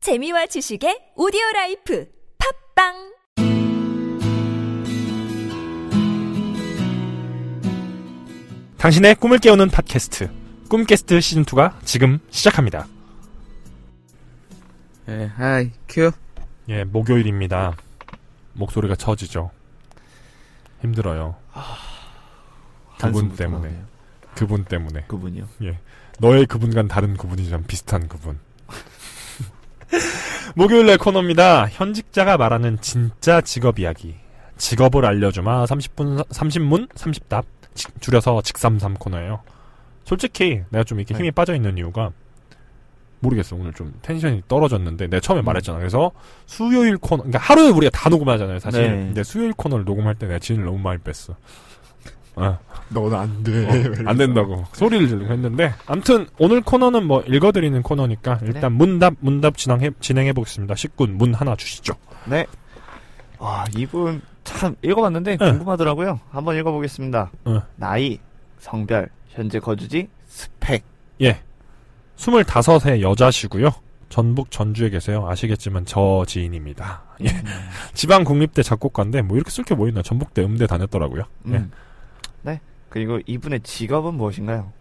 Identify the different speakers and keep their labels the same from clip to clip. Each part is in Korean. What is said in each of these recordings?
Speaker 1: 재미와 지식의 오디오 라이프 팝빵
Speaker 2: 당신의 꿈을 깨우는 팟캐스트 꿈캐스트 시즌 2가 지금 시작합니다.
Speaker 3: 예, 하이, 큐.
Speaker 2: 예, 목요일입니다. 목소리가 처지죠. 힘들어요. 그분
Speaker 4: 단순부터
Speaker 2: 때문에.
Speaker 4: 나오네요.
Speaker 2: 그분 때문에.
Speaker 4: 그분이요.
Speaker 2: 너의 그분과는 다른 그분이지만 비슷한 그분. 목요일날 코너입니다. 현직자가 말하는 진짜 직업 이야기. 직업을 알려주마 30분 30문 30답 줄여서 직삼삼 코너예요. 솔직히 내가 좀 이렇게 힘이 빠져 있는 이유가 모르겠어. 오늘 좀 텐션이 떨어졌는데 내가 처음에 말했잖아. 그래서 수요일 코너 그러니까 하루에 우리가 다 녹음하잖아요, 사실.
Speaker 4: 네.
Speaker 2: 근데 수요일 코너를 녹음할 때 내가 진을 너무 많이 뺐어. 어.
Speaker 4: 넌 안 돼.
Speaker 2: 어, 안 된다고 소리를 지르고 했는데 암튼 오늘 코너는 뭐 읽어드리는 코너니까 일단
Speaker 3: 네.
Speaker 2: 문답 문답 진행해 진행해 보겠습니다. 19문 문 하나 주시죠.
Speaker 4: 네. 아, 이분 참 읽어봤는데
Speaker 2: 응.
Speaker 4: 궁금하더라고요. 한번 읽어보겠습니다.
Speaker 2: 응.
Speaker 4: 나이, 성별, 현재 거주지, 스펙.
Speaker 2: 예, 25세 여자시고요. 전북 전주에 계세요. 아시겠지만 저 지인입니다. 예.
Speaker 4: 네.
Speaker 2: 지방 국립대 작곡가인데 뭐 이렇게 쓸 게 뭐 있나? 전북대 음대 다녔더라고요.
Speaker 4: 음.
Speaker 2: 예.
Speaker 4: 네. 그리고 이분의 직업은 무엇인가요?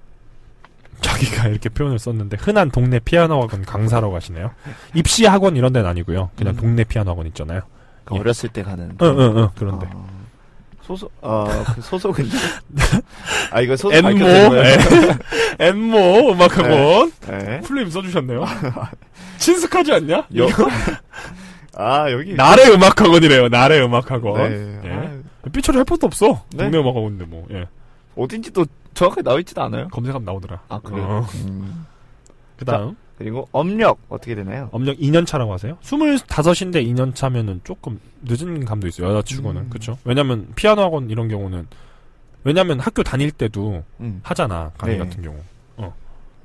Speaker 2: 자기가 이렇게 표현을 썼는데 흔한 동네 피아노 학원 강사라고 하시네요. 입시 학원 이런 데는 아니고요. 그냥
Speaker 4: 음.
Speaker 2: 동네 피아노 학원 있잖아요.
Speaker 4: 그
Speaker 2: 예.
Speaker 4: 어렸을 때 가는.
Speaker 2: 응, 응, 응. 그런데
Speaker 4: 아, 소속, 어, 그 소속은. 아, 이거 소속
Speaker 2: 엠모
Speaker 4: 밝혀진 거예요?
Speaker 2: 엠모 음악학원
Speaker 4: 네.
Speaker 2: 풀네임 써주셨네요. 친숙하지 않냐?
Speaker 4: 여, 아, 여기.
Speaker 2: 나래 음악학원이래요. 나래 음악학원.
Speaker 4: 네.
Speaker 2: 예.
Speaker 4: 아유,
Speaker 2: 삐처리 할 것도 없어.
Speaker 4: 네?
Speaker 2: 동네 음악학원인데 뭐. 예.
Speaker 4: 어딘지 또 정확하게 나와있지도 않아요.
Speaker 2: 검색하면 나오더라.
Speaker 4: 아, 그래요?
Speaker 2: 어.
Speaker 4: 음.
Speaker 2: 그다음
Speaker 4: 그리고 업력, 어떻게 되나요?
Speaker 2: 엄력 2년 차라고 하세요? 25인데 2년 차면은 조금 늦은 감도 있어요. 여자 치고는.
Speaker 4: 음.
Speaker 2: 그렇죠? 왜냐면 피아노 학원 이런 경우는 왜냐면 학교 다닐 때도
Speaker 4: 음.
Speaker 2: 하잖아. 강의
Speaker 4: 네.
Speaker 2: 같은 경우.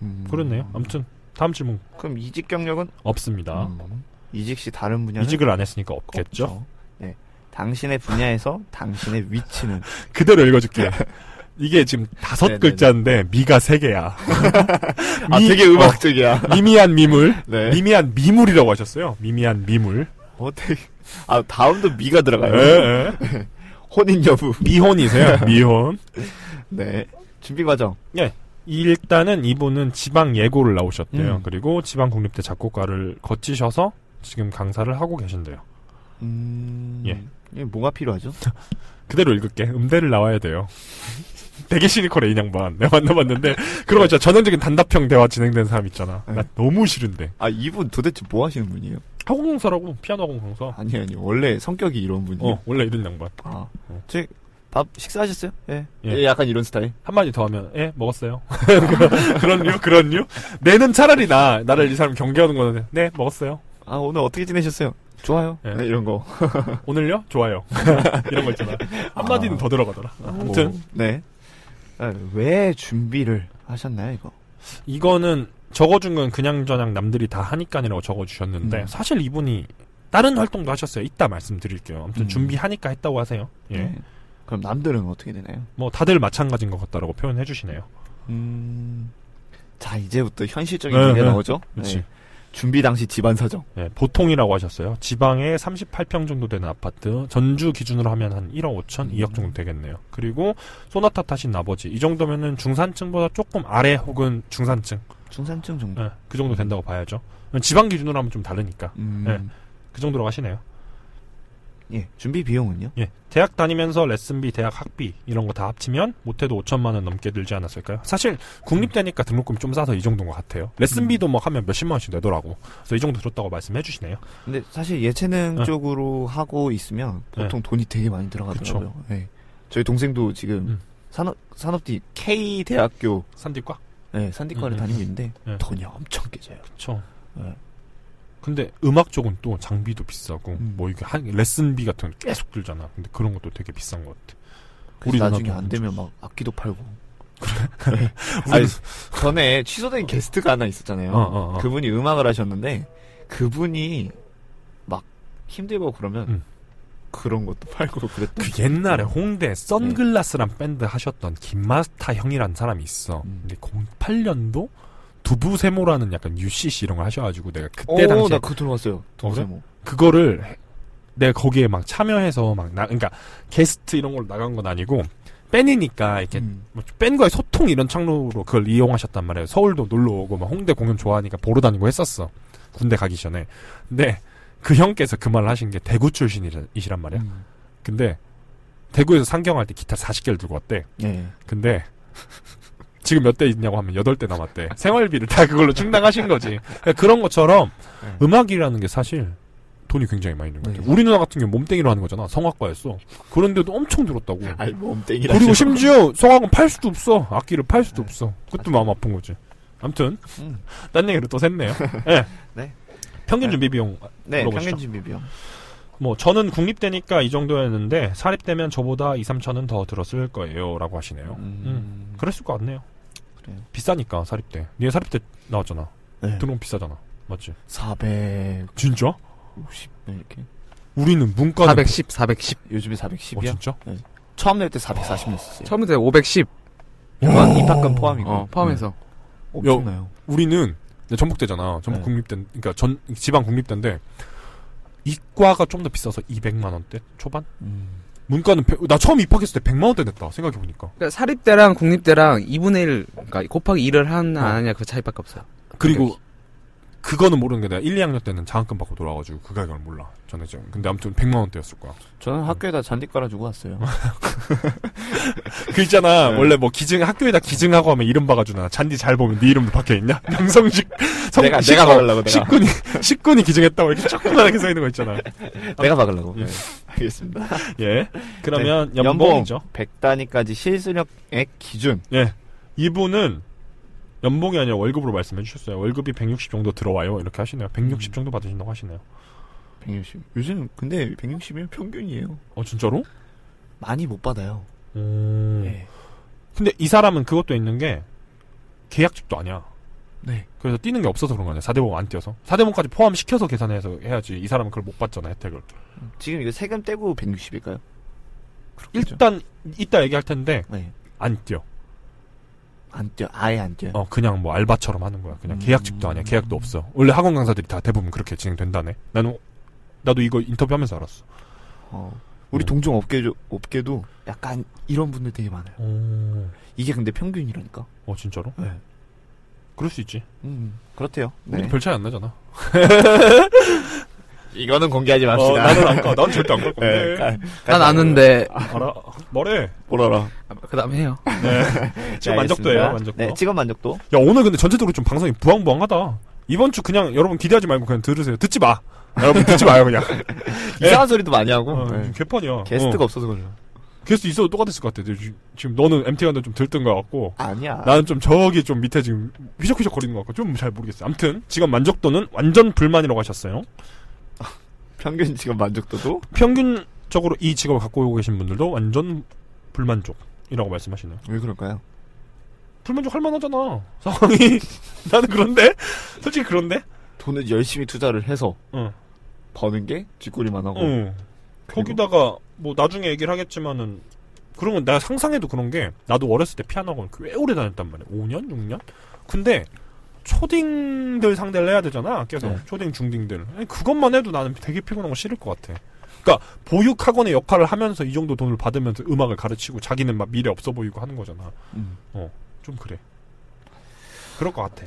Speaker 4: 음.
Speaker 2: 그렇네요. 아무튼 다음 질문
Speaker 4: 그럼 이직 경력은
Speaker 2: 없습니다.
Speaker 4: 음, 이직 시 다른 분야는 그렇죠. 네.
Speaker 2: 이직을 안 했으니까 없겠죠?
Speaker 4: 당신의 분야에서 당신의 위치는
Speaker 2: 그대로 읽어줄게. 이게 지금 다섯
Speaker 4: 네네네.
Speaker 2: 글자인데 미가 세 개야.
Speaker 4: 아
Speaker 2: 미-
Speaker 4: 되게 음악적이야.
Speaker 2: 어, 미미한 미물,
Speaker 4: 네.
Speaker 2: 미미한 미물이라고 하셨어요. 미미한 미물.
Speaker 4: 어 되게 아 다음도 미가 들어가요.
Speaker 2: 예, 예.
Speaker 4: 혼인 여부.
Speaker 2: 미혼이세요. 미혼.
Speaker 4: 네. 준비 과정.
Speaker 2: 일단은 이분은 지방 예고를 나오셨대요.
Speaker 4: 음.
Speaker 2: 그리고 지방 국립대 작곡가를 거치셔서 지금 강사를 하고 계신대요.
Speaker 4: 음.
Speaker 2: 예.
Speaker 4: 이게 뭐가 필요하죠?
Speaker 2: 그대로 읽을게. 음대를 나와야 돼요. 되게 시니컬해 이 양반. 내가 만나봤는데 그런 거 진짜 전형적인 단답형 대화 진행된 사람 있잖아. 나
Speaker 4: 네.
Speaker 2: 너무 싫은데.
Speaker 4: 아 이분 도대체 뭐 하시는 분이에요?
Speaker 2: 학원 강사라고 피아노 학원 강사.
Speaker 4: 아니 아니 원래 성격이 이런 분이에요.
Speaker 2: 어 원래 이런 양반.
Speaker 4: 아.
Speaker 2: 어.
Speaker 4: 저밥 식사하셨어요? 예.
Speaker 2: 예.
Speaker 4: 예, 약간 이런 스타일.
Speaker 2: 한마디 더 하면 예 먹었어요 그런 류 그런 류 내는 차라리 나 나를 이 사람 경계하는 거는 네 먹었어요
Speaker 4: 아 오늘 어떻게 지내셨어요? 좋아요.
Speaker 2: 예.
Speaker 4: 네, 이런 거.
Speaker 2: 오늘요 좋아요 이런 거 있잖아 한마디는 더 들어가더라 아무튼
Speaker 4: 뭐, 네. 아, 왜 준비를 하셨나요 이거?
Speaker 2: 이거는 적어준 건 그냥 저냥 남들이 다 하니까이라고 적어주셨는데
Speaker 4: 음.
Speaker 2: 사실 이분이 다른 활동도 하셨어요 이따 말씀드릴게요 아무튼
Speaker 4: 음.
Speaker 2: 준비하니까 했다고 하세요 예.
Speaker 4: 네. 그럼 남들은 어떻게 되나요?
Speaker 2: 뭐 다들 마찬가지인 것 같다라고 표현해 주시네요
Speaker 4: 음. 자, 이제부터 현실적인
Speaker 2: 네,
Speaker 4: 얘기가
Speaker 2: 네.
Speaker 4: 나오죠?
Speaker 2: 그렇지
Speaker 4: 네. 준비 당시 집안 사정.
Speaker 2: 예, 보통이라고 하셨어요. 지방에 38평 정도 되는 아파트, 전주 기준으로 하면 한 1억 5천, 2억 정도 되겠네요. 그리고 소나타 타신 아버지, 이 정도면은 중산층보다 조금 아래 혹은 중산층,
Speaker 4: 중산층 정도.
Speaker 2: 예, 그 정도 된다고 봐야죠. 지방 기준으로 하면 좀 다르니까
Speaker 4: 음.
Speaker 2: 그 정도로 하시네요.
Speaker 4: 예. 준비 비용은요?
Speaker 2: 예, 대학 다니면서 레슨비, 대학 학비 이런 거 다 합치면 못해도 5천만 원 넘게 들지 않았을까요? 사실 국립대니까 등록금 좀 싸서 이 정도인 것 같아요. 레슨비도 뭐 하면 몇십만 원씩 내더라고. 그래서 이 정도 들었다고 말씀해 주시네요.
Speaker 4: 근데 사실 예체능
Speaker 2: 네.
Speaker 4: 쪽으로 하고 있으면 보통 돈이 되게 많이 들어가더라고요. 예. 저희 동생도 지금
Speaker 2: 음.
Speaker 4: 산업 산업대 K 대학교
Speaker 2: 산디과?
Speaker 4: 예,
Speaker 2: 음,
Speaker 4: 산디과를
Speaker 2: 음.
Speaker 4: 다니고 있는데
Speaker 2: 예.
Speaker 4: 돈이 엄청 깨져요.
Speaker 2: 그렇죠.
Speaker 4: 네.
Speaker 2: 근데 음악 쪽은 또 장비도 비싸고
Speaker 4: 음.
Speaker 2: 뭐 이게 한 레슨비 같은 건 계속 들잖아. 근데 그런 것도 되게 비싼 것
Speaker 4: 음.
Speaker 2: 같아.
Speaker 4: 그래서 나중에
Speaker 2: 누나도
Speaker 4: 안 되면 막 악기도 팔고. 네.
Speaker 2: 우리
Speaker 4: 아니, 전에 취소된 게스트가 하나 있었잖아요.
Speaker 2: 어, 어, 어.
Speaker 4: 그분이 음악을 하셨는데 그분이 막 힘들고 그러면
Speaker 2: 음.
Speaker 4: 그런 것도 팔고 그랬던.
Speaker 2: 그 옛날에
Speaker 4: 음.
Speaker 2: 홍대 선글라스란 밴드 하셨던 김마스타 형이란 사람이 있어.
Speaker 4: 음.
Speaker 2: 근데 08년도 두부 세모라는 약간 UCC 이런 걸 하셔가지고 내가 그때
Speaker 4: 어,
Speaker 2: 당시에
Speaker 4: 나 그거 들어봤어요. 동세모.
Speaker 2: 그거를 내가 거기에 막 참여해서 막 나, 그러니까 게스트 이런 걸로 나간 건 아니고 팬이니까 이렇게
Speaker 4: 음.
Speaker 2: 뭐 팬과의 소통 이런 창로로 그걸 이용하셨단 말이에요. 서울도 놀러 오고 막 홍대 공연 좋아하니까 보러 다니고 했었어. 군대 가기 전에. 근데 그 형께서 그 말을 하신 게 대구 출신이시란 말이야.
Speaker 4: 음.
Speaker 2: 근데 대구에서 상경할 때 기타 40개를 들고 왔대.
Speaker 4: 예.
Speaker 2: 근데 지금 몇 대 있냐고 하면 여덟 대 남았대. 생활비를 다 그걸로 충당하신 거지. 그런 것처럼
Speaker 4: 네.
Speaker 2: 음악이라는 게 사실 돈이 굉장히 많이 드는 것 같아요.
Speaker 4: 네.
Speaker 2: 우리 누나 같은 경우 몸땡이로 하는 거잖아. 성악과였어. 그런데도 엄청 들었다고.
Speaker 4: 아이 몸땡이라.
Speaker 2: 그리고 심지어 성악은 팔 수도 없어. 악기를 팔 수도
Speaker 4: 네.
Speaker 2: 없어. 그것도 마음 아픈 거지. 아무튼
Speaker 4: 음.
Speaker 2: 딴 얘기를 또 샜네요. 예.
Speaker 4: 네.
Speaker 2: 평균
Speaker 4: 네.
Speaker 2: 준비 비용
Speaker 4: 네,
Speaker 2: 물어보시죠.
Speaker 4: 평균 준비 비용.
Speaker 2: 뭐 저는 국립대니까 이 정도였는데 사립대면 저보다 2, 3천은 더 들었을 거예요라고 하시네요. 음. 그랬을 것 같네요.
Speaker 4: 그래요.
Speaker 2: 비싸니까 사립대. 니네 사립대 나왔잖아.
Speaker 4: 네.
Speaker 2: 들어온 비싸잖아. 맞지?
Speaker 4: 450
Speaker 2: 진짜?
Speaker 4: 네, 이렇게.
Speaker 2: 우리는
Speaker 4: 어?
Speaker 2: 문과는
Speaker 3: 410, 410.
Speaker 4: 요즘에
Speaker 2: 어,
Speaker 4: 410이야?
Speaker 2: 진짜?
Speaker 4: 처음 낼 때 440 냈었어요.
Speaker 3: 처음부터 510.
Speaker 4: 이만 입학금 포함이고. 음.
Speaker 3: 어, 포함해서.
Speaker 4: 엄청나요.
Speaker 2: 우리는 이제 전북대잖아. 전북
Speaker 4: 네.
Speaker 2: 국립대. 그러니까 전 지방 국립대인데 이과가 좀 더 비싸서 200만 원대 초반?
Speaker 4: 음.
Speaker 2: 문과는 백- 나 처음 입학했을 때 100만 원대 냈다. 생각해 보니까.
Speaker 3: 그러니까 사립대랑 국립대랑 2분의 1, 그러니까 곱하기 1을 하나
Speaker 4: 어.
Speaker 3: 안 하냐 그 차이밖에 없어요.
Speaker 2: 그리고 그거는 모르는 게 내가 1, 2학년 때는 장학금 받고 돌아와 가지고 그 가격을 몰라. 전에 지금. 근데 아무튼 100만 원대였을 거야.
Speaker 4: 저는 학교에다 잔디 깔아주고 왔어요.
Speaker 2: 그 있잖아.
Speaker 4: 네.
Speaker 2: 원래 뭐 기증 학교에다 기증하고 하면 이름 박아주나. 잔디 잘 보면 네 이름도 박혀 있냐? 명성식 성-
Speaker 4: 내가- 내가
Speaker 2: 식구-
Speaker 4: 박으려고, 내가.
Speaker 2: 식군이 식군이 기증했다고 이렇게 조그맣게 써 있는 거 있잖아.
Speaker 4: 내가 박으려고.
Speaker 2: 예.
Speaker 4: 네. 알겠습니다.
Speaker 2: 예. 그러면
Speaker 4: 네,
Speaker 2: 연봉이죠.
Speaker 4: 연봉 100단위까지 실수령액 기준.
Speaker 2: 예. 이분은 연봉이 아니라 월급으로 말씀해 주셨어요. 월급이 160 정도 들어와요. 이렇게 하시네요. 160 정도 받으신다고 하시네요.
Speaker 4: 160. 요즘 근데 160이면 평균이에요.
Speaker 2: 어 진짜로?
Speaker 4: 많이 못 받아요.
Speaker 2: 음.
Speaker 4: 네.
Speaker 2: 근데 이 사람은 그것도 있는 게 계약직도 아니야.
Speaker 4: 네.
Speaker 2: 그래서 뛰는 게 없어서 그런 거 아니야. 4대봉 안 뛰어서. 4대봉까지 포함시켜서 계산해서 해야지. 이 사람은 그걸 못 받잖아, 혜택을.
Speaker 4: 네. 지금 이거 세금 떼고 160일까요? 그렇겠죠.
Speaker 2: 일단 이따 얘기할 텐데
Speaker 4: 네.
Speaker 2: 안 뛰어.
Speaker 4: 안 뛰어. 아예 안 뛰어. 요
Speaker 2: 어 그냥 뭐 알바처럼 하는 거야. 그냥
Speaker 4: 음.
Speaker 2: 계약직도 아니야. 계약도 없어. 원래 학원 강사들이 다 대부분 그렇게 진행된다네. 나는 나도 이거 인터뷰하면서 알았어.
Speaker 4: 어. 우리
Speaker 2: 음.
Speaker 4: 동종 업계 업계도 약간 이런 분들 되게 많아요.
Speaker 2: 오.
Speaker 4: 이게 근데 평균이라니까.
Speaker 2: 어 진짜로?
Speaker 4: 네.
Speaker 2: 그럴 수 있지.
Speaker 4: 음, 그렇대요.
Speaker 2: 우리 별 차이 안 나잖아.
Speaker 4: 이거는 공개하지 네.
Speaker 2: 어, 나는 안 가. 난 절대 안 갈 건데.
Speaker 4: 그러니까
Speaker 3: 난 아는데,
Speaker 2: 알아. 뭐래?
Speaker 4: 뭐라라.
Speaker 3: 그 다음에 해요.
Speaker 2: 지금 만족도예요. 만족도.
Speaker 4: 네, 직업 만족도.
Speaker 2: 야 오늘 근데 전체적으로 좀 방송이 부황부황하다. 이번 주 그냥 여러분 기대하지 말고 그냥 들으세요. 듣지 마. 여러분 듣지 마요 그냥.
Speaker 4: 이상한 소리도 많이 하고.
Speaker 2: 어,
Speaker 4: 네.
Speaker 2: 개판이야. 어.
Speaker 4: 게스트가 없어서 그래요.
Speaker 2: 게스트 있어도 똑같았을 것 같아. 지금 너는 MT 간데 좀 들뜬 것 같고.
Speaker 4: 아니야.
Speaker 2: 나는 좀 저기 좀 밑에 지금 휘적휘적 거리는 것 같고 좀 잘 모르겠어요. 아무튼 직업 만족도는 완전 불만이라고 하셨어요.
Speaker 4: 평균 직업 만족도도
Speaker 2: 평균적으로 이 직업을 갖고 오고 계신 분들도 완전 불만족이라고 말씀하시네요.
Speaker 4: 왜 그럴까요?
Speaker 2: 불만족 할 만하잖아. 상황이 나는 그런데 솔직히 그런데.
Speaker 4: 돈을 열심히 투자를 해서
Speaker 2: 응.
Speaker 4: 버는 게 뒷골이만 하고.
Speaker 2: 응. 거기다가 뭐 나중에 얘기를 하겠지만은 그런 건 내가 상상해도 그런 게 나도 어렸을 때 피아노 학원 꽤 오래 다녔단 말이야. 5년, 6년. 근데 초딩들 상대를 해야 되잖아. 계속
Speaker 4: 네.
Speaker 2: 초딩, 중딩들. 아니, 그것만 해도 나는 되게 피곤한 거 싫을 것 같아. 그러니까 보육 학원의 역할을 하면서 이 정도 돈을 받으면서 음악을 가르치고 자기는 막 미래 없어 보이고 하는 거잖아.
Speaker 4: 음,
Speaker 2: 좀 그래. 그럴 것 같아.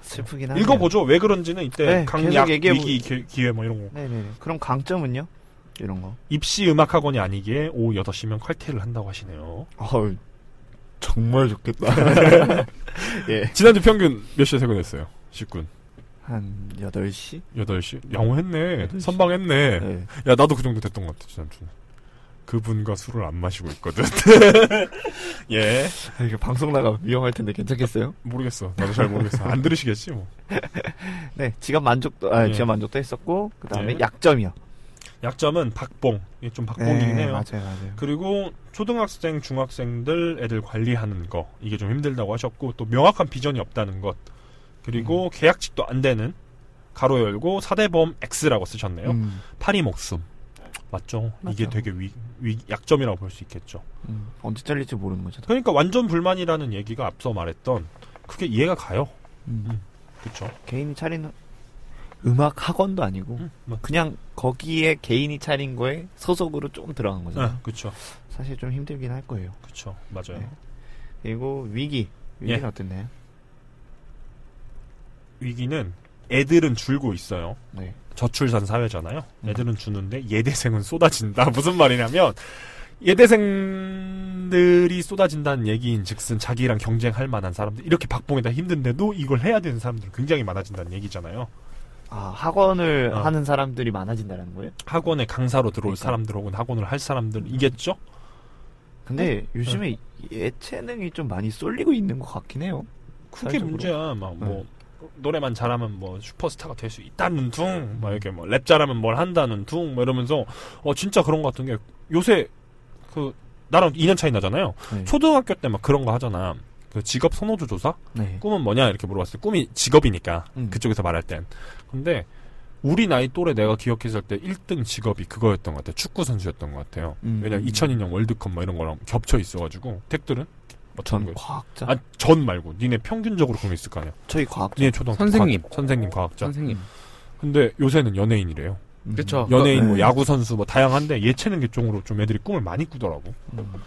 Speaker 4: 슬프긴 하네.
Speaker 2: 읽어보죠. 왜 그런지는 이때
Speaker 4: 네,
Speaker 2: 강약
Speaker 4: 계속 얘기해보-
Speaker 2: 위기 기- 기회 뭐 이런 거.
Speaker 4: 네네. 그럼 강점은요? 이런 거.
Speaker 2: 입시 음악 학원이 아니기에 오후 8시면 칼퇴를 한다고 하시네요.
Speaker 4: 아우, 정말 좋겠다. 예.
Speaker 2: 지난주 평균 몇 시에 퇴근했어요? 10군.
Speaker 4: 한 8시?
Speaker 2: 8시? 양호했네.
Speaker 4: 8시.
Speaker 2: 선방했네.
Speaker 4: 네.
Speaker 2: 야, 나도 그 정도 됐던 것 같아, 지난주는. 그분과 술을 안 마시고 있거든. 예.
Speaker 4: 아, 이게 방송 나가면 위험할 텐데 괜찮겠어요?
Speaker 2: 모르겠어. 나도 잘 모르겠어. 안 들으시겠지, 뭐.
Speaker 4: 네, 직업 만족도, 아,
Speaker 2: 예.
Speaker 4: 직업 만족도 했었고, 그 다음에
Speaker 2: 예.
Speaker 4: 약점이요.
Speaker 2: 약점은 박봉. 이게 좀 박봉이긴 해요.
Speaker 4: 네, 맞아요, 맞아요.
Speaker 2: 그리고 초등학생, 중학생들 애들 관리하는 거. 이게 좀 힘들다고 하셨고, 또 명확한 비전이 없다는 것.
Speaker 4: 음.
Speaker 2: 그리고 계약직도 안 되는 가로 열고 사대범 X라고 쓰셨네요.
Speaker 4: 음,
Speaker 2: 파리 목숨. 맞죠. 이게
Speaker 4: 맞죠.
Speaker 2: 되게 위, 위- 약점이라고 볼 수 있겠죠.
Speaker 4: 음. 언제 잘릴지 모르는 거죠.
Speaker 2: 그러니까 완전 불만이라는 얘기가 앞서 말했던 그게 이해가 가요.
Speaker 4: 음.
Speaker 2: 그쵸.
Speaker 4: 개인이 차린 음악 학원도 아니고
Speaker 2: 음, 뭐.
Speaker 4: 그냥 거기에 개인이 차린 거에 소속으로 조금 들어간 거잖아요.
Speaker 2: 아, 그쵸.
Speaker 4: 사실 좀 힘들긴 할 거예요.
Speaker 2: 그쵸. 맞아요.
Speaker 4: 네. 그리고 위기
Speaker 2: 예.
Speaker 4: 위기는 어땠나요?
Speaker 2: 위기는 애들은 줄고 있어요.
Speaker 4: 네.
Speaker 2: 저출산 사회잖아요.
Speaker 4: 음.
Speaker 2: 애들은 주는데 예대생은 쏟아진다. 무슨 말이냐면 예대생들이 쏟아진다는 얘기인 즉슨 자기랑 경쟁할 만한 사람들 이렇게 박봉에다 힘든데도 이걸 해야 되는 사람들 굉장히 많아진다는 얘기잖아요.
Speaker 4: 아 학원을
Speaker 2: 어.
Speaker 4: 하는 사람들이 많아진다는 거예요?
Speaker 2: 학원에 강사로 들어올
Speaker 4: 그러니까.
Speaker 2: 사람들 혹은 학원을 할 사람들이겠죠?
Speaker 4: 근데
Speaker 2: 네.
Speaker 4: 요즘에 예체능이 좀 많이 쏠리고 있는 것 같긴 해요.
Speaker 2: 그게
Speaker 4: 사회적으로. 네.
Speaker 2: 문제야. 막 뭐 노래만 잘하면 뭐 슈퍼스타가 될 수
Speaker 4: 음.
Speaker 2: 있다는 둥, 막 이렇게 뭐 랩 잘하면 뭘 한다는 둥, 막 이러면서 어 진짜 그런 것 같은 게 요새 그 나랑 2년 차이 나잖아요.
Speaker 4: 네.
Speaker 2: 초등학교 때 막 그런 거 하잖아. 그 직업 선호도 조사?
Speaker 4: 네.
Speaker 2: 꿈은 뭐냐? 이렇게 물어봤어요. 꿈이 직업이니까.
Speaker 4: 음.
Speaker 2: 그쪽에서 말할 땐. 근데, 우리 나이 또래 내가 기억했을 때 1등 직업이 그거였던 것 같아요. 축구선수였던 것 같아요.
Speaker 4: 음.
Speaker 2: 왜냐면 2002년 월드컵 뭐 이런 거랑 겹쳐 있어가지고, 택들은? 뭐 어떤
Speaker 4: 전
Speaker 2: 거였어?
Speaker 4: 과학자.
Speaker 2: 아, 예, 전 말고. 니네 평균적으로 그런 게 있을 거 아니야.
Speaker 4: 저희 과학자.
Speaker 2: 니네 초등학교.
Speaker 3: 선생님.
Speaker 2: 과학- 선생님,
Speaker 4: 그렇죠.
Speaker 2: 과학자.
Speaker 3: 선생님.
Speaker 2: 근데 요새는 연예인이래요.
Speaker 4: 음.
Speaker 3: 그쵸.
Speaker 2: 연예인, 뭐
Speaker 4: 네.
Speaker 2: 야구선수, 뭐 다양한데 예체능 쪽으로 좀 애들이 꿈을 많이 꾸더라고.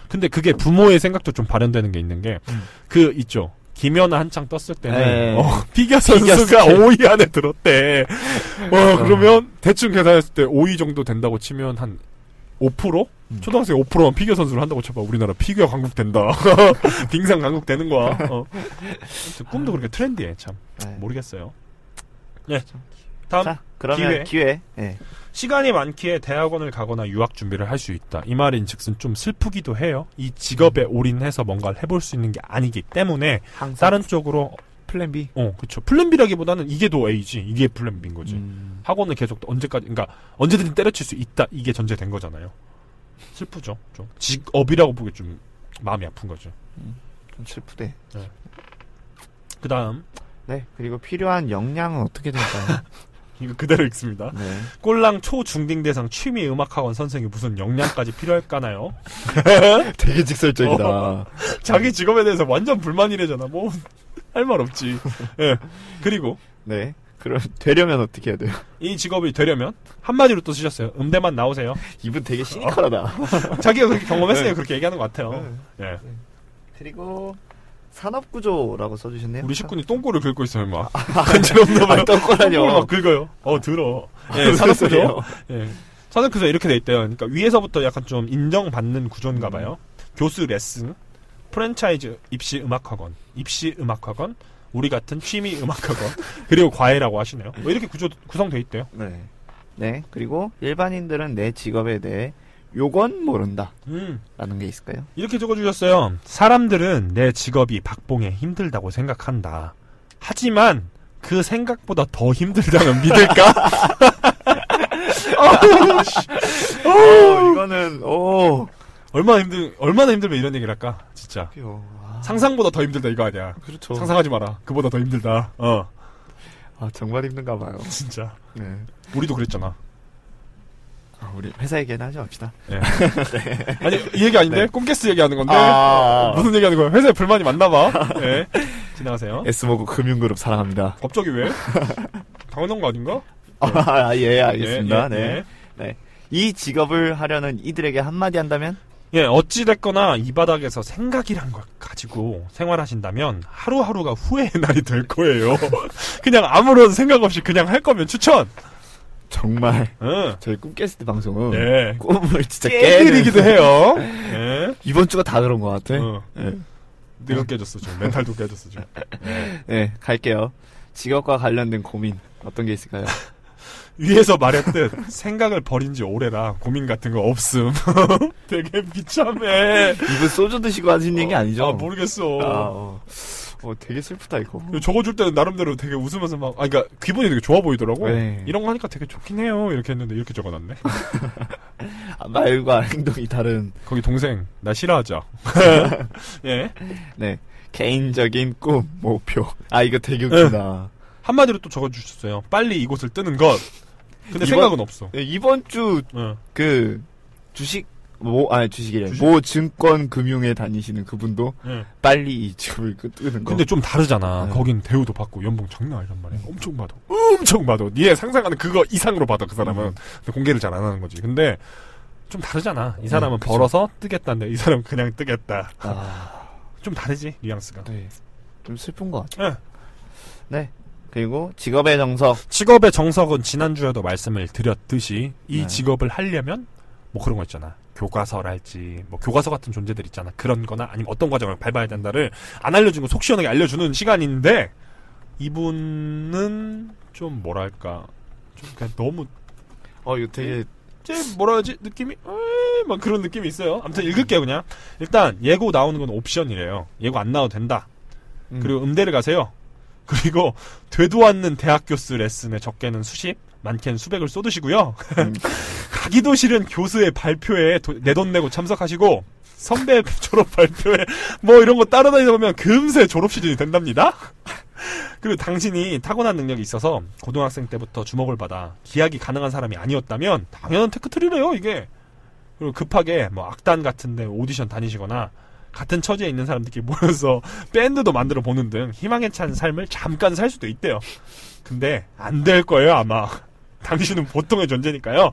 Speaker 2: 근데 그게 부모의 생각도 좀 발현되는 게 있는
Speaker 4: 음.
Speaker 2: 게 그 있죠. 김연아 한창 떴을 때는
Speaker 4: 에이.
Speaker 2: 어, 피겨 선수가 5위 안에 들었대. 어 그러면 대충 계산했을 때 5위 정도 된다고 치면 한 5%?
Speaker 4: 음.
Speaker 2: 초등학생 5%만 피겨 선수를 한다고 쳐봐. 우리나라 피겨 강국 된다. 빙상 강국 되는 거야. 어. 아무튼 꿈도 그렇게 트렌디해 참
Speaker 4: 네.
Speaker 2: 모르겠어요. 네. 다음
Speaker 4: 자,
Speaker 2: 기회.
Speaker 4: 그러면 기회. 예.
Speaker 2: 시간이 많기에 대학원을 가거나 유학 준비를 할 수 있다. 이 말인 즉슨 좀 슬프기도 해요. 이 직업에 올인해서 뭔가를 해볼 수 있는 게 아니기 때문에
Speaker 4: 항상
Speaker 2: 다른 쪽으로
Speaker 4: 플랜 B.
Speaker 2: 어 그쵸 플랜 B라기보다는 이게 더 A지 이게 플랜 B인 거지.
Speaker 4: 음.
Speaker 2: 학원을 계속 또 언제까지 그러니까 언제든 때려칠 수 있다 이게 전제된 거잖아요. 슬프죠. 좀 직업이라고 보기 좀 마음이 아픈 거죠.
Speaker 4: 좀 슬프대.
Speaker 2: 그다음
Speaker 4: 네. 그리고 필요한 역량은 어떻게 될까요?
Speaker 2: 이거 그대로 읽습니다.
Speaker 4: 네.
Speaker 2: 꼴랑 초중딩 대상 취미 음악학원 선생이 무슨 역량까지 필요할까나요?
Speaker 4: 되게 직설적이다.
Speaker 2: 자기 직업에 대해서 완전 불만이래잖아. 뭐, 할 말 없지. 예. 그리고,
Speaker 4: 네. 그럼 되려면 어떻게 해야 돼요?
Speaker 2: 이 직업이 되려면, 한마디로 또 쓰셨어요. 음대만 나오세요.
Speaker 4: 이분 되게 시니컬하다.
Speaker 2: 자기가 그렇게 경험했어요. 그렇게 얘기하는 것 같아요.
Speaker 4: 네.
Speaker 2: 예.
Speaker 4: 그리고 산업 구조라고 써 주셨네요. 아,
Speaker 2: 우리 식군이 똥꼬를 긁고 있어요, 막. 간지럽나 봐요.
Speaker 4: 똥꼬라뇨. 네,
Speaker 2: 똥꼬를 막 긁어요. 어, 들어. 예,
Speaker 4: 무슨 소리예요?
Speaker 2: 산업구조. 예. 산업구조 이렇게 돼 있대요. 그러니까 위에서부터 약간 좀 인정받는 구조인가 봐요. 교수 레슨, 프랜차이즈 입시 음악학원, 입시 음악학원, 우리 같은 취미 음악학원, 그리고 과외라고 하시네요. 뭐 이렇게 구조 구성돼 있대요.
Speaker 4: 네. 네. 그리고 일반인들은 내 직업에 대해 요건 모른다.
Speaker 2: 음.
Speaker 4: 라는 게 있을까요?
Speaker 2: 이렇게 적어주셨어요. 사람들은 내 직업이 박봉에 힘들다고 생각한다. 하지만 그 생각보다 더 힘들다면 믿을까? 어우, 씨.
Speaker 4: 어, 이거는 오.
Speaker 2: 얼마나 힘들 얼마나 힘들면 이런 얘기를 할까? 진짜
Speaker 4: 귀여워.
Speaker 2: 상상보다 더 힘들다 이거 아니야?
Speaker 4: 그렇죠.
Speaker 2: 상상하지 마라. 그보다 더 힘들다. 어,
Speaker 4: 아, 정말 힘든가 봐요.
Speaker 2: 진짜.
Speaker 4: 네.
Speaker 2: 우리도 그랬잖아.
Speaker 4: 아, 우리 회사 얘기는 하지 맙시다.
Speaker 2: 아니 이 얘기 아닌데 꼼캐스 얘기하는 건데
Speaker 4: 네. 아.
Speaker 2: 어, 무슨 얘기하는 거야? 회사에 불만이 많나봐. 네. 지나가세요.
Speaker 4: S모고 금융그룹 사랑합니다.
Speaker 2: 갑자기 왜? 당연한 거 아닌가?
Speaker 4: 아, 예, 알겠습니다.
Speaker 2: 예, 예,
Speaker 4: 네.
Speaker 2: 예.
Speaker 4: 이 직업을 하려는 이들에게 한마디 한다면?
Speaker 2: 예, 어찌됐거나 이 바닥에서 생각이란 걸 가지고 생활하신다면 하루하루가 후회의 날이 될 거예요. 그냥 아무런 생각 없이 그냥 할 거면 추천!
Speaker 4: 정말
Speaker 2: 응.
Speaker 4: 저희 꿈깨스트 방송은
Speaker 2: 예.
Speaker 4: 꿈을 진짜
Speaker 2: 깨드리기도 해요. 예.
Speaker 4: 이번 주가 다 그런 것 같아.
Speaker 2: 어.
Speaker 4: 예.
Speaker 2: 내가 깨졌어, 지금. 멘탈도 깨졌어, 지금.
Speaker 4: 네, 갈게요. 직업과 관련된 고민 어떤 게 있을까요?
Speaker 2: 위에서 말했듯 생각을 버린 지 오래라 고민 같은 거 없음. 되게 비참해.
Speaker 4: 이분 소주 드시고 하신 얘기 아니죠?
Speaker 2: 아, 모르겠어.
Speaker 4: 아, 어. 어, 되게 슬프다 이거.
Speaker 2: 이거 적어줄 때는 나름대로 되게 웃으면서 막, 아, 그니까, 기분이 되게 좋아 보이더라고.
Speaker 4: 네.
Speaker 2: 이런 거 하니까 되게 좋긴 해요. 이렇게 했는데, 이렇게 적어놨네.
Speaker 4: 아, 말과 행동이 다른.
Speaker 2: 거기 동생, 나 싫어하자. 예.
Speaker 4: 네, 개인적인 꿈 목표. 아 이거 되게 웃긴다.
Speaker 2: 한마디로 또 적어주셨어요. 빨리 이곳을 뜨는 것. 근데 예.
Speaker 4: 네, 이번-
Speaker 2: 생각은 없어.
Speaker 4: 네, 이번 주
Speaker 2: 어.
Speaker 4: 그 주식 모, 아, 주식이래.
Speaker 2: 주식.
Speaker 4: 모 증권 금융에 다니시는 그분도
Speaker 2: 예.
Speaker 4: 빨리 이 직업을 끄- 끄는 거.
Speaker 2: 근데 좀 다르잖아.
Speaker 4: 네. 음.
Speaker 2: 거긴 대우도 받고 연봉 장난 아니란 말이야. 엄청 받아. 엄청 받아. 니네 상상하는 그거 이상으로 받아, 그 사람은.
Speaker 4: 음.
Speaker 2: 근데 공개를 잘 안 하는 거지. 근데 좀 다르잖아. 이 사람은
Speaker 4: 음, 그쵸.
Speaker 2: 벌어서 뜨겠다는데 이 사람은 그냥 뜨겠다.
Speaker 4: 아,
Speaker 2: 좀 다르지, 뉘앙스가.
Speaker 4: 네. 좀 슬픈 것
Speaker 2: 예.
Speaker 4: 같아요. 네. 그리고 직업의 정석.
Speaker 2: 직업의 정석은 지난주에도 말씀을 드렸듯이 이
Speaker 4: 네.
Speaker 2: 직업을 하려면 뭐 그런 거 있잖아. 교과서랄지 뭐 교과서 같은 존재들 있잖아. 그런 거나 아니면 어떤 과정을 밟아야 된다를 안 알려주고 속 시원하게 알려주는 시간인데 이분은 좀 뭐랄까 좀 그냥 너무
Speaker 4: 어, 이거 되게
Speaker 2: 제 뭐라 하지 느낌이 에이, 막 그런 느낌이 있어요. 아무튼 읽을게요 그냥 일단 예고 나오는 건 옵션이래요. 예고 안 나와도 된다.
Speaker 4: 음.
Speaker 2: 그리고 음대를 가세요. 그리고 되도 않는 대학 교수 레슨에 적게는 수십, 많게는 수백을 쏟으시고요.
Speaker 4: 음.
Speaker 2: 가기도 싫은 교수의 발표에 내 돈 내고 참석하시고 선배 졸업 발표에 뭐 이런 거 따라다니다 보면 금세 졸업 시즌이 된답니다. 그리고 당신이 타고난 능력이 있어서 고등학생 때부터 주목을 받아 기약이 가능한 사람이 아니었다면 당연한 테크트리래요 이게. 그리고 급하게 뭐 악단 같은데 오디션 다니시거나 같은 처지에 있는 사람들끼리 모여서 밴드도 만들어 보는 등 희망에 찬 삶을 잠깐 살 수도 있대요. 근데 안 될 거예요 아마. 당신은 보통의 존재니까요.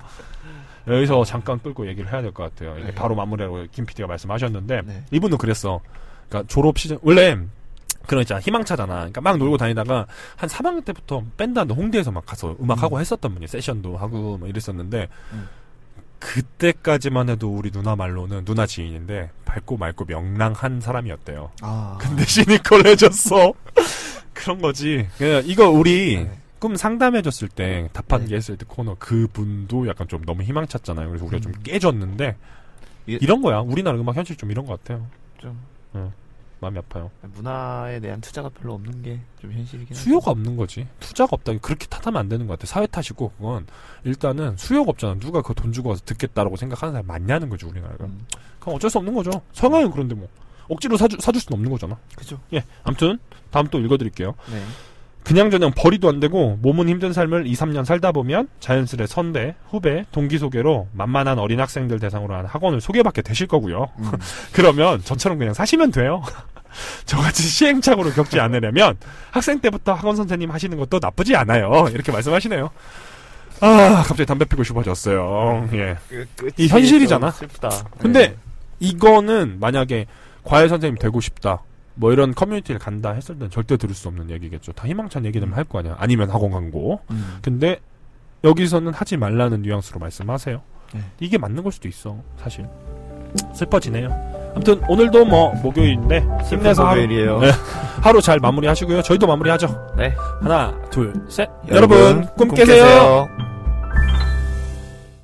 Speaker 2: 여기서 잠깐 끌고 얘기를 해야 될 것 같아요. 이게
Speaker 4: 네.
Speaker 2: 바로 마무리하고 김 PD가 말씀하셨는데
Speaker 4: 네.
Speaker 2: 이분도 그랬어. 그러니까 졸업 시즌 원래 그런 있잖아 희망차잖아. 그러니까 막 놀고 다니다가 한 3학년 때부터 밴드한테 홍대에서 막 가서 음악 하고 했었던 분이 세션도 하고 막 이랬었는데
Speaker 4: 음.
Speaker 2: 그때까지만 해도 우리 누나 말로는 누나 지인인데 밝고 맑고 명랑한 사람이었대요.
Speaker 4: 아.
Speaker 2: 근데 시니컬해졌어. 그런 거지. 예, 이거 우리 꿈 상담해줬을 때 답한
Speaker 4: 네.
Speaker 2: 게 했을 때 코너 그분도 약간 좀 너무 희망찼잖아요. 그래서 우리가 좀
Speaker 4: 음.
Speaker 2: 깨졌는데
Speaker 4: 예.
Speaker 2: 이런 거야. 우리나라 음악 현실 좀 이런 것 같아요.
Speaker 4: 좀
Speaker 2: 마음이 아파요.
Speaker 4: 문화에 대한 투자가 별로 없는 게 좀 현실이긴 하죠.
Speaker 2: 수요가 없는 거지. 투자가 없다. 그렇게 탓하면 안 되는 것 같아. 사회 탓이고 그건 일단은 수요가 없잖아. 누가 그 돈 주고 와서 듣겠다라고 생각하는 사람이 많냐는 거지 우리나라가.
Speaker 4: 음,
Speaker 2: 그건 어쩔 수 없는 거죠. 성향은 그런데 뭐 억지로 사주, 사줄 수는 없는 거잖아.
Speaker 4: 그죠.
Speaker 2: 예. 아무튼 다음 또 읽어드릴게요.
Speaker 4: 네.
Speaker 2: 그냥저냥 벌이도 안 되고 몸은 힘든 삶을 2, 3년 살다 보면 자연스레 선배, 후배, 동기 소개로 만만한 어린 학생들 대상으로 한 학원을 소개받게 되실 거고요.
Speaker 4: 음.
Speaker 2: 그러면 저처럼 그냥 사시면 돼요. 저같이 시행착오를 겪지 않으려면 학생 때부터 학원 선생님 하시는 것도 나쁘지 않아요. 이렇게 말씀하시네요. 아, 갑자기 담배 피고 싶어졌어요. 예.
Speaker 4: 그 끝이
Speaker 2: 이 현실이잖아.
Speaker 4: 좀 슬프다.
Speaker 2: 근데
Speaker 4: 네.
Speaker 2: 이거는 만약에 과외 선생님 되고 싶다. 뭐 이런 커뮤니티를 간다 했을 땐 절대 들을 수 없는 얘기겠죠. 다 희망찬 얘기는 할 거 아니야. 아니면 학원 광고.
Speaker 4: 음.
Speaker 2: 근데 여기서는 하지 말라는 뉘앙스로 말씀하세요.
Speaker 4: 네.
Speaker 2: 이게 맞는 걸 수도 있어, 사실. 슬퍼지네요. 아무튼 오늘도 뭐 목요일인데 힘내서 하루,
Speaker 4: 일이에요.
Speaker 2: 네. 하루 잘 마무리하시고요. 저희도 마무리하죠.
Speaker 3: 네.
Speaker 2: 하나, 둘, 셋.
Speaker 4: 여러분, 꿈 깨세요.